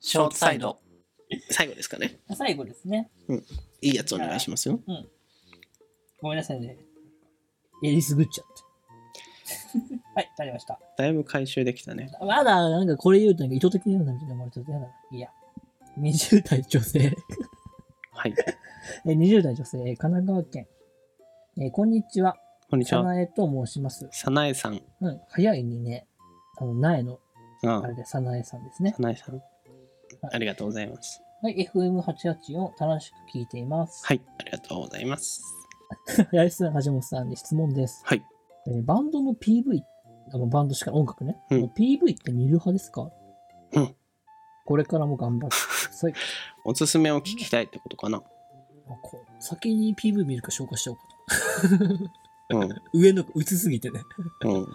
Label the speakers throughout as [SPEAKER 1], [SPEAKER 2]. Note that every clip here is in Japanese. [SPEAKER 1] ショートサイド。
[SPEAKER 2] 最後ですかね。
[SPEAKER 1] 最後ですね。
[SPEAKER 2] いいやつお願いしますよ。
[SPEAKER 1] ごめんなさいね。やりすぐっちゃって。はい、わかりました。
[SPEAKER 2] だいぶ回収できたね。
[SPEAKER 1] まだ、なんかこれ言うと、なんか意図的に言うのみたいに思われちゃって嫌だな。いいや。20代女性。
[SPEAKER 2] はい。
[SPEAKER 1] え20代女性、神奈川県。えーこんにちは。
[SPEAKER 2] こんにち
[SPEAKER 1] さ
[SPEAKER 2] は。
[SPEAKER 1] なえと申します。
[SPEAKER 2] さなえさん。
[SPEAKER 1] うん、早いにね、あの、苗の、
[SPEAKER 2] あ
[SPEAKER 1] あれで、さなえさんですね
[SPEAKER 2] さ。なえさん。ありがとうございます。
[SPEAKER 1] はい、FM884 を楽しく聞いています。
[SPEAKER 2] はい。ありがとうございます。
[SPEAKER 1] 林さん、橋本さんに質問です。
[SPEAKER 2] はい。
[SPEAKER 1] えーバンドの PV、あのバンドしか音楽ね、
[SPEAKER 2] うん
[SPEAKER 1] の PV って見る派ですか
[SPEAKER 2] うん
[SPEAKER 1] これからも頑張ってください。
[SPEAKER 2] おすすめを聞きたいってことかな。
[SPEAKER 1] あこう先に PV 見るか紹介しちゃおうか
[SPEAKER 2] うん。 う
[SPEAKER 1] と。上の、うつすぎてね。
[SPEAKER 2] ん。そう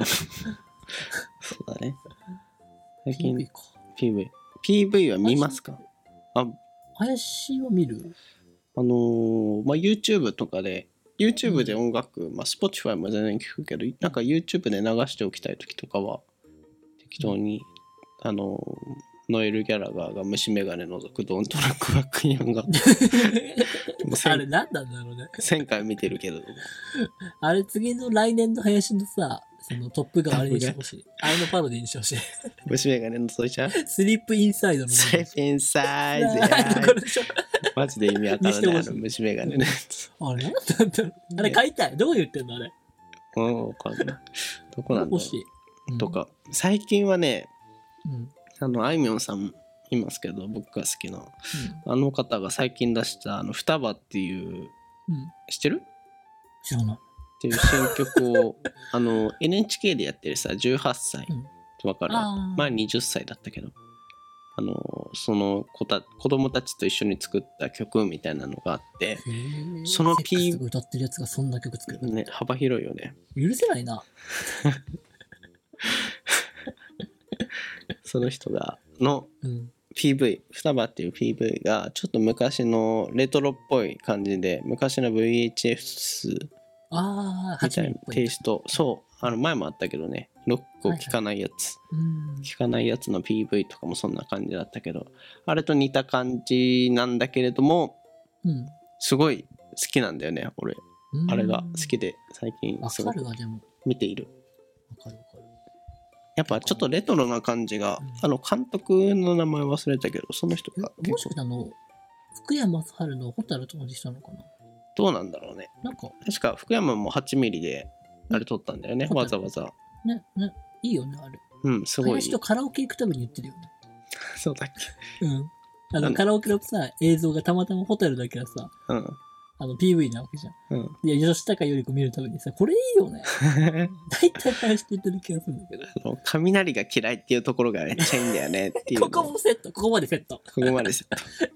[SPEAKER 2] だね。最近
[SPEAKER 1] PV か。
[SPEAKER 2] PV。PV は見ますかあ、
[SPEAKER 1] 林を見る
[SPEAKER 2] あのーまあ、YouTube とかで YouTube で音楽、まあ、Spotify も全然聞くけどなんか YouTube で流しておきたい時とかは適当に、あのーノエル・ギャラガーが虫眼鏡のぞくドントラックバックイン がもうせん
[SPEAKER 1] あれ何なんだろうね。
[SPEAKER 2] 1000回見てるけど
[SPEAKER 1] あれ次の来年の林のさ、そのトップがあれにしてほしい。あれのパロディにしてほしい。
[SPEAKER 2] 虫眼鏡のぞいちゃう
[SPEAKER 1] スリップインサイドの。
[SPEAKER 2] セフィンサイズ
[SPEAKER 1] あこれでしょ
[SPEAKER 2] マジで意味わから
[SPEAKER 1] 見
[SPEAKER 2] ない
[SPEAKER 1] せてほ
[SPEAKER 2] あ
[SPEAKER 1] しい
[SPEAKER 2] の虫眼鏡のやつ
[SPEAKER 1] あれ何なんだろうあれ買いたい。どう言ってんのあれ。
[SPEAKER 2] うんわかんないどこなんだ
[SPEAKER 1] 欲
[SPEAKER 2] ろ
[SPEAKER 1] しい。
[SPEAKER 2] うとか最近はね
[SPEAKER 1] うん。うん。
[SPEAKER 2] あのあいみょんさんいますけど僕が好きなあの方が最近出した「あの双葉」っていう
[SPEAKER 1] うん。
[SPEAKER 2] 知ってる
[SPEAKER 1] 知らない。
[SPEAKER 2] っていう新曲をあ の NHK でやってるさ18歳
[SPEAKER 1] うん
[SPEAKER 2] わかる
[SPEAKER 1] あー
[SPEAKER 2] 前20歳だったけどあのその子た子供たちと一緒に作った曲みたいなのがあって、その P-
[SPEAKER 1] セックスとか歌ってるやつがそんな曲作るの
[SPEAKER 2] ね、幅広いよね
[SPEAKER 1] 許せないな。
[SPEAKER 2] その人がの
[SPEAKER 1] うん。
[SPEAKER 2] PV 双葉っていう PV がちょっと昔のレトロっぽい感じで昔の VHS
[SPEAKER 1] ああ、
[SPEAKER 2] み
[SPEAKER 1] 八
[SPEAKER 2] たい
[SPEAKER 1] 人
[SPEAKER 2] な
[SPEAKER 1] っぽ
[SPEAKER 2] テ
[SPEAKER 1] い
[SPEAKER 2] イ。ストそうあの前もあったけどねロックを聴かないやつ、
[SPEAKER 1] うん。
[SPEAKER 2] 聞かないやつの PV とかもそんな感じだったけどあれと似た感じなんだけれども
[SPEAKER 1] うん
[SPEAKER 2] すごい好きなんだよね俺あれが好き。で最近
[SPEAKER 1] わ
[SPEAKER 2] す
[SPEAKER 1] か
[SPEAKER 2] ごい
[SPEAKER 1] るわ、でも。
[SPEAKER 2] 見ている
[SPEAKER 1] わかるわかる。
[SPEAKER 2] やっぱちょっとレトロな感じが
[SPEAKER 1] うん
[SPEAKER 2] あの監督の名前忘れたけどその人が
[SPEAKER 1] えもし
[SPEAKER 2] 結
[SPEAKER 1] か
[SPEAKER 2] 構
[SPEAKER 1] してあの、福山雅治のホタルと同じ人なのかな
[SPEAKER 2] どうなんだろうね
[SPEAKER 1] なんか、
[SPEAKER 2] 確か福山も8ミリであれ撮ったんだよね
[SPEAKER 1] うん
[SPEAKER 2] わざわざ
[SPEAKER 1] ね、ね、いいよね、あれ。
[SPEAKER 2] うんすごい
[SPEAKER 1] 林とカラオケ行くために言ってるよね。
[SPEAKER 2] そうだっけ
[SPEAKER 1] うん。あ
[SPEAKER 2] あ
[SPEAKER 1] の、
[SPEAKER 2] の
[SPEAKER 1] カラオケのさ、映像がたまたまホタルだけはさ、
[SPEAKER 2] うん
[SPEAKER 1] あの、PV なわけじゃん。
[SPEAKER 2] うん
[SPEAKER 1] いや、吉高由里子見るためにさ、これいいよ ね。大体林と言ってる気がするんだけど。
[SPEAKER 2] あの雷が嫌いっていうところがめっちゃいいんだよねっていうの
[SPEAKER 1] ここもセット、ここまでセット。
[SPEAKER 2] ここまでです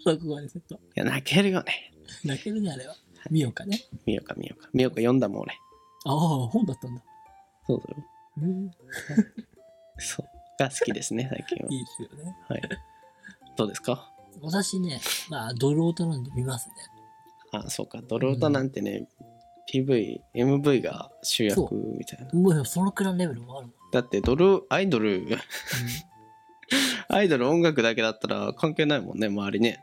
[SPEAKER 1] そう、ここまでセット。
[SPEAKER 2] いや泣けるよね
[SPEAKER 1] 泣けるね、あれは。見ようかね。
[SPEAKER 2] 見ようか見ようか。見ようか読んだもん俺。
[SPEAKER 1] ああ、本だったんだ。
[SPEAKER 2] そうだよ。
[SPEAKER 1] うん
[SPEAKER 2] そう。が好きですね、最近は。
[SPEAKER 1] いいですよね。
[SPEAKER 2] はい。どうですか
[SPEAKER 1] 私ね、まあ、ドルオタなんで見ますね。
[SPEAKER 2] あ、そうか。ドロータなんてね、PV、MV が主
[SPEAKER 1] そ
[SPEAKER 2] 役みたいな。
[SPEAKER 1] もうそのくらいのレベルもあるもん。
[SPEAKER 2] だってドル、アイドル、
[SPEAKER 1] う
[SPEAKER 2] アイドル音楽だけだったら関係ないもんね、周りね。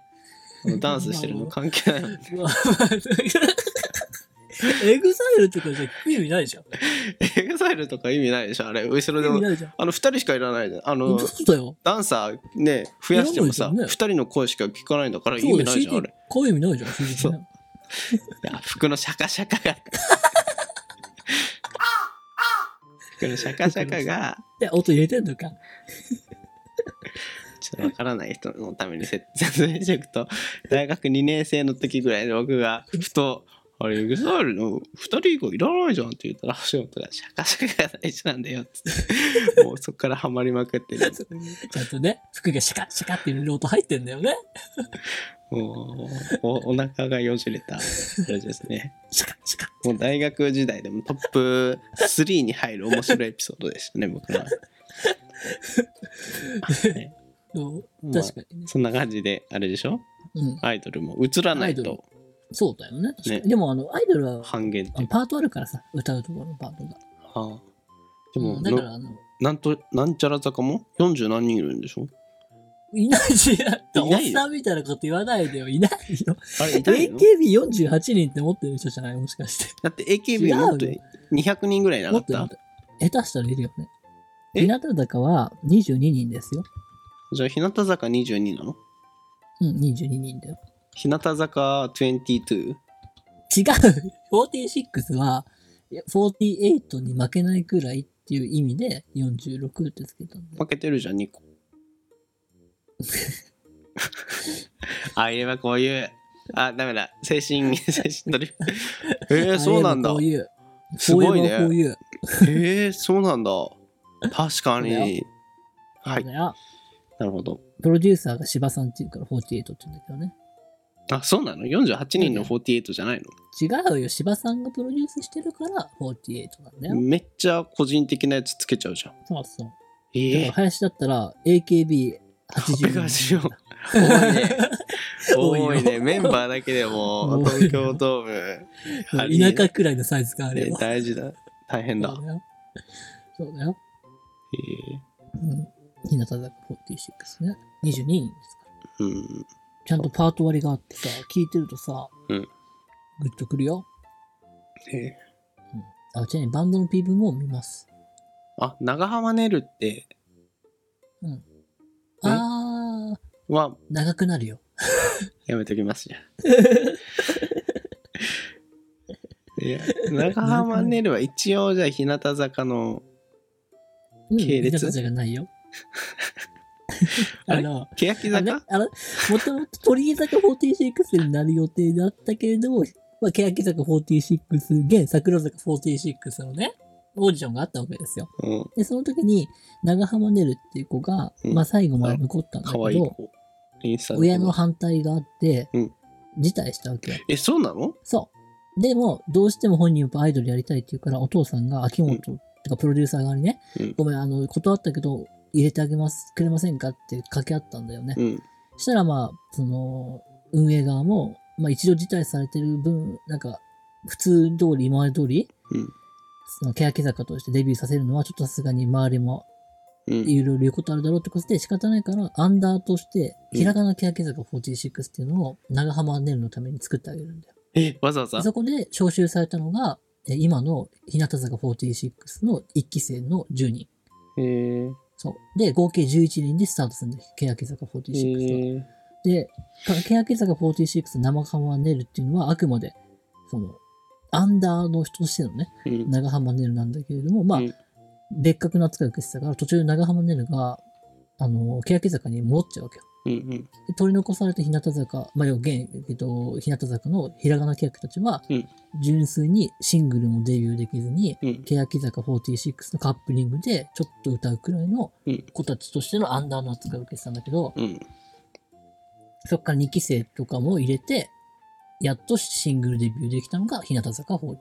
[SPEAKER 2] ダンスしてるの関係ないもん。
[SPEAKER 1] ん まあまあエグザイルとかじゃ聞く意味ないじゃん。
[SPEAKER 2] エグザイルとか意味ないでしょ、あれ。後ろ
[SPEAKER 1] 意
[SPEAKER 2] でも。
[SPEAKER 1] 味ないじゃん。
[SPEAKER 2] あの、2人しかいらないじゃん。あの、
[SPEAKER 1] そうだよ。
[SPEAKER 2] ダンサーね、増やしてもさ、
[SPEAKER 1] いらない
[SPEAKER 2] 2
[SPEAKER 1] じ
[SPEAKER 2] 人の声しか聞かないんだから意
[SPEAKER 1] そう
[SPEAKER 2] 味
[SPEAKER 1] だよ。
[SPEAKER 2] ないじゃん、あ
[SPEAKER 1] CD
[SPEAKER 2] れ。
[SPEAKER 1] 買う意味ないじゃん、CD
[SPEAKER 2] そう
[SPEAKER 1] ね
[SPEAKER 2] いや服のシャカシャカ が服のシャカシャカが
[SPEAKER 1] で、音入れてんのか。
[SPEAKER 2] ちょっとわからない人のためにせ 説明していくと大学2年生の時ぐらいで僕がふと「あれエグザイルの2人以外いらないじゃん」って言ったら橋本が「シャカシャカが大事なんだよ」っつ ってもうそこからハマりまくってる
[SPEAKER 1] ちゃんとね、服がシャカシャカっていう音入ってんだよね。
[SPEAKER 2] もうおお腹がよじれたあれですね
[SPEAKER 1] シャカシャカ。
[SPEAKER 2] もう大学時代でもトップ3に入る面白いエピソードでしたね 僕は。はい
[SPEAKER 1] そう
[SPEAKER 2] まあ
[SPEAKER 1] 確かにね。
[SPEAKER 2] そんな感じであれでしょ
[SPEAKER 1] うん。
[SPEAKER 2] アイドルも映らない
[SPEAKER 1] アイ
[SPEAKER 2] と
[SPEAKER 1] そうだよね。確かに。
[SPEAKER 2] ね
[SPEAKER 1] でも、あの、アイドルは、
[SPEAKER 2] 半減って
[SPEAKER 1] あのパートあるからさ、歌うところのパートが。
[SPEAKER 2] はあでも
[SPEAKER 1] うんだか
[SPEAKER 2] な
[SPEAKER 1] ら、あの、
[SPEAKER 2] なんとなんちゃら坂も40何人いるんでしょ
[SPEAKER 1] いないし、だって
[SPEAKER 2] い
[SPEAKER 1] お
[SPEAKER 2] な
[SPEAKER 1] っ
[SPEAKER 2] いよ
[SPEAKER 1] さんみたいなこと言わないでよ。いないよ。
[SPEAKER 2] あれ、いたいの
[SPEAKER 1] AKB48 人って持ってる人じゃないもしかして。
[SPEAKER 2] だって AKB もっと
[SPEAKER 1] 違うよ
[SPEAKER 2] 200人ぐらいいなか
[SPEAKER 1] もっ
[SPEAKER 2] っ
[SPEAKER 1] と
[SPEAKER 2] た
[SPEAKER 1] もっと。下手したらいるよね。
[SPEAKER 2] え
[SPEAKER 1] 日向坂は22人ですよ。
[SPEAKER 2] じゃあ、日向坂22なの
[SPEAKER 1] うん、22人だよ。
[SPEAKER 2] 日向坂 22?
[SPEAKER 1] 違う !46 は、いや48に負けないくらいっていう意味で46ってつけたんだよ。
[SPEAKER 2] 負けてるじゃん、2個。ああ言えばこういう。あ、ダメだ。精神、精神トリップ。えー、そうなんだ。
[SPEAKER 1] あ
[SPEAKER 2] え
[SPEAKER 1] れは
[SPEAKER 2] す
[SPEAKER 1] こういう。
[SPEAKER 2] ごいね
[SPEAKER 1] こういうこういう。
[SPEAKER 2] ー、そうなんだ。確か
[SPEAKER 1] そうだ
[SPEAKER 2] に。はい
[SPEAKER 1] だ。から
[SPEAKER 2] なるほど。
[SPEAKER 1] プロデューサーが柴さんっていうから48って言うんだけどね。
[SPEAKER 2] あ、そうなの ?48 人の48じゃない
[SPEAKER 1] 違うよ、柴さんがプロデュースしてるから48なんだよ。
[SPEAKER 2] のめっちゃ個人的なやつつけちゃうじゃん。
[SPEAKER 1] そうそう。だか
[SPEAKER 2] え
[SPEAKER 1] ら
[SPEAKER 2] え
[SPEAKER 1] 林だったら AKB80
[SPEAKER 2] ー。8多いね。多
[SPEAKER 1] 多
[SPEAKER 2] い
[SPEAKER 1] い
[SPEAKER 2] ね。
[SPEAKER 1] ね
[SPEAKER 2] メンバーだけでも、
[SPEAKER 1] 多いよ
[SPEAKER 2] 東京ドーム。ありえない
[SPEAKER 1] 田舎くらいのサイズがあれ
[SPEAKER 2] ね
[SPEAKER 1] ば。
[SPEAKER 2] 大事だ。大変だ
[SPEAKER 1] そ。うだよ。そうだよ。
[SPEAKER 2] ええ
[SPEAKER 1] うん。日向坂46ね。22人ですから。
[SPEAKER 2] うん。
[SPEAKER 1] ちゃんとパート割りがあってさ、聞いてるとさ、
[SPEAKER 2] うん
[SPEAKER 1] グッとくるよ。
[SPEAKER 2] ええ
[SPEAKER 1] あ、ちなみにバンドの PV も見ます。
[SPEAKER 2] あ、長浜ねるってえ
[SPEAKER 1] あー、
[SPEAKER 2] は
[SPEAKER 1] 長くなるよ。
[SPEAKER 2] やめときますじゃん。いや、長浜ねるは一応じゃあ日向坂の
[SPEAKER 1] うん、
[SPEAKER 2] 系列
[SPEAKER 1] 日向坂な いよ。
[SPEAKER 2] あ
[SPEAKER 1] あ
[SPEAKER 2] れ
[SPEAKER 1] の、
[SPEAKER 2] 欅
[SPEAKER 1] あれ
[SPEAKER 2] 坂
[SPEAKER 1] あの、もともと鳥居坂46になる予定だったけれども、まあ、欅坂46、現桜坂46のね、オーディションがあったわけですよ。
[SPEAKER 2] うん。
[SPEAKER 1] で、その時に、長浜ねるっていう子が、
[SPEAKER 2] うん
[SPEAKER 1] まあ、最後まで残ったんだ
[SPEAKER 2] か
[SPEAKER 1] け
[SPEAKER 2] わいい
[SPEAKER 1] ど、
[SPEAKER 2] 子。インスタ
[SPEAKER 1] 親の
[SPEAKER 2] 子。
[SPEAKER 1] 反対があって、
[SPEAKER 2] うん
[SPEAKER 1] 辞退したわけよ。
[SPEAKER 2] え、そうなの
[SPEAKER 1] そう。でも、どうしても本人はアイドルやりたいっていうから、お父さんが秋元、てかプロデューサー側にね、
[SPEAKER 2] うん
[SPEAKER 1] ごめん、あの、断ったけど、入れてあげます、くれませんかって掛け合ったんだよね。
[SPEAKER 2] うん。
[SPEAKER 1] したらまあ、その、運営側も、まあ一度辞退されてる分、なんか、普通通り、今まで通り、
[SPEAKER 2] うん
[SPEAKER 1] その、欅坂としてデビューさせるのは、ちょっとさすがに周りも
[SPEAKER 2] うん。
[SPEAKER 1] いろいろ言うことあるだろうってことで仕方ないから、アンダーとして、ひらがな欅坂46っていうのを長浜ねるのために作ってあげるんだよ。
[SPEAKER 2] え、わざわざ
[SPEAKER 1] そこで招集されたのが、え今の日向坂46の1期生の10人。
[SPEAKER 2] えー、
[SPEAKER 1] そう。で、合計11人でスタートするんだよ。欅坂
[SPEAKER 2] え
[SPEAKER 1] 46は。
[SPEAKER 2] ー、
[SPEAKER 1] で、か欅坂46生浜ねるっていうのはあくまで、その、アンダーの人としてのね、
[SPEAKER 2] うん。
[SPEAKER 1] 長浜ねるなんだけれども、まあ、
[SPEAKER 2] うん
[SPEAKER 1] 別格の扱いを受けてたから、途中で長浜ねるが、あの、欅坂に戻っちゃうわけよ。
[SPEAKER 2] うんうん。
[SPEAKER 1] で取り残されて日向坂、まあ、要は現、えっと、日向坂のひらがな欅たちは
[SPEAKER 2] うん、
[SPEAKER 1] 純粋にシングルもデビューできずに、
[SPEAKER 2] うん。
[SPEAKER 1] 欅坂46のカップリングでちょっと歌うくらいの
[SPEAKER 2] うん
[SPEAKER 1] 子たちとしてのアンダーの扱いを受けてたんだけど、
[SPEAKER 2] うん。
[SPEAKER 1] そっから2期生とかも入れて、やっとシングルデビューできたのが日向坂46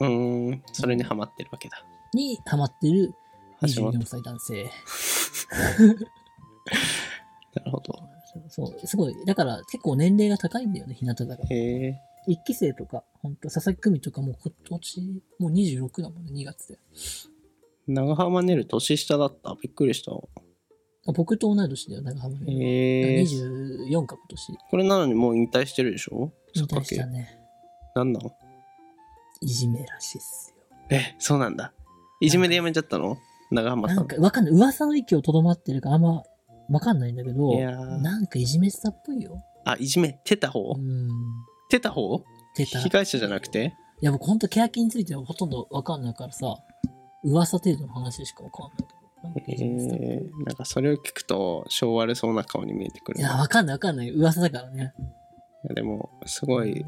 [SPEAKER 2] うーん。それにハマってるわけだ。
[SPEAKER 1] にハマってる
[SPEAKER 2] 橋本。な
[SPEAKER 1] 24歳男性。
[SPEAKER 2] るほど。
[SPEAKER 1] そう、すごい。だから結構年齢が高いんだよね、日向坂。
[SPEAKER 2] えー、
[SPEAKER 1] 1期生とか、ほんと、佐々木久美とかもう今年、もう26だもんね、2月で。
[SPEAKER 2] 長浜ねる年下だった。びっくりした。
[SPEAKER 1] あ僕と同い年だよ、長浜
[SPEAKER 2] えー、
[SPEAKER 1] ね。24か今年。
[SPEAKER 2] これなのにもう引退してるでしょサ
[SPEAKER 1] 引
[SPEAKER 2] ッカ
[SPEAKER 1] 退
[SPEAKER 2] ー
[SPEAKER 1] し
[SPEAKER 2] 系
[SPEAKER 1] たね。
[SPEAKER 2] なんなの
[SPEAKER 1] いじめらしいっすよ。
[SPEAKER 2] え、そうなんだ。いじめでやめちゃったの長浜さ
[SPEAKER 1] なん
[SPEAKER 2] ん。
[SPEAKER 1] か、わかんない。噂の域をとどまってるから、あんま、わかんないんだけど
[SPEAKER 2] い、やー
[SPEAKER 1] なんかいじめてたっぽいよ。
[SPEAKER 2] あ、いじめてた方
[SPEAKER 1] うん。
[SPEAKER 2] てた方
[SPEAKER 1] 出た。
[SPEAKER 2] 被害者じゃなくて
[SPEAKER 1] いや、僕ほんと、欅についてはほとんどわかんないからさ、噂程度の話しかわかんない
[SPEAKER 2] え
[SPEAKER 1] けどなんかいじめて
[SPEAKER 2] ー、なんかそれを聞くと、性悪そうな顔に見えてく
[SPEAKER 1] た。
[SPEAKER 2] る。
[SPEAKER 1] いや、わかんないわかんない。噂だからね。
[SPEAKER 2] いやでも、すごい、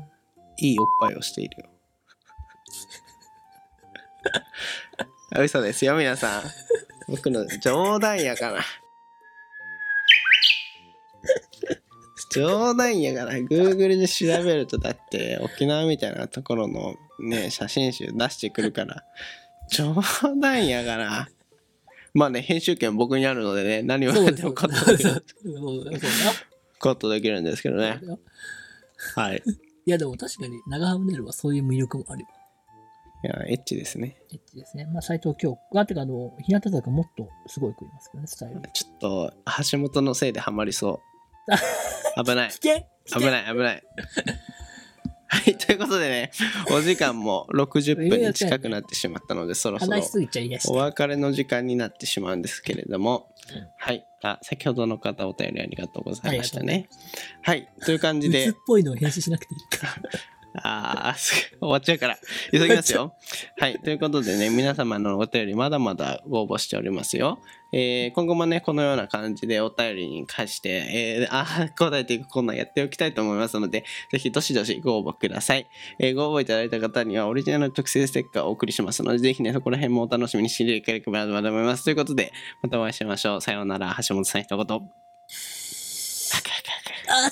[SPEAKER 2] いいおっぱいをしているよ。あ嘘ですよ、皆さん。僕の冗談やから。冗談やから、Google で調べると、だって沖縄みたいなところのね、写真集出してくるから、冗談やから。まあね、編集権僕にあるのでね、何を言
[SPEAKER 1] そ
[SPEAKER 2] わ
[SPEAKER 1] う
[SPEAKER 2] れ
[SPEAKER 1] です
[SPEAKER 2] て
[SPEAKER 1] よ
[SPEAKER 2] もカッ トで
[SPEAKER 1] そう
[SPEAKER 2] きる
[SPEAKER 1] ですよそうだよそ
[SPEAKER 2] カットできるんですけど
[SPEAKER 1] うだよ
[SPEAKER 2] ね。はい。
[SPEAKER 1] いや、でも確かに長浜ねるはそういう魅力もあるよ。
[SPEAKER 2] いや、エッチですね。
[SPEAKER 1] エッチですね。まあ、斎藤京子が、てか、あの、日向坂もっとすごい食いますけどね、スタイル。
[SPEAKER 2] ちょっと、橋本のせいでハマり そう。危ない
[SPEAKER 1] 危。険
[SPEAKER 2] 危ない、危ない。はい、ということでね、お時間も60分に近くなってしまったので、そろそろ
[SPEAKER 1] 話しすぎちゃいやし
[SPEAKER 2] お。別れの時間になってしまうんですけれども
[SPEAKER 1] うん、
[SPEAKER 2] はい、あ先ほどの方お便りありがとうございました
[SPEAKER 1] あり
[SPEAKER 2] ね。はい、という感じ
[SPEAKER 1] 鬱
[SPEAKER 2] で
[SPEAKER 1] っ、ぽいのを編集しなくていいか。
[SPEAKER 2] ああ、す終わっちゃうから、急ぎますよ。はい、ということでね、皆様のお便りまだまだご応募しておりますよ。えー今後もね、このような感じでお便りに関して、えーあー答えていくコーナーやっておきたいと思いますので、ぜひどしどしご応募ください。えーご応募いただいた方にはオリジナルの特製ステッカーをお送りしますので、ぜひね、そこら辺もお楽しみにしていただければと思います。ということで、またお会いしましょう。さようなら、橋本さん一言。
[SPEAKER 1] あっ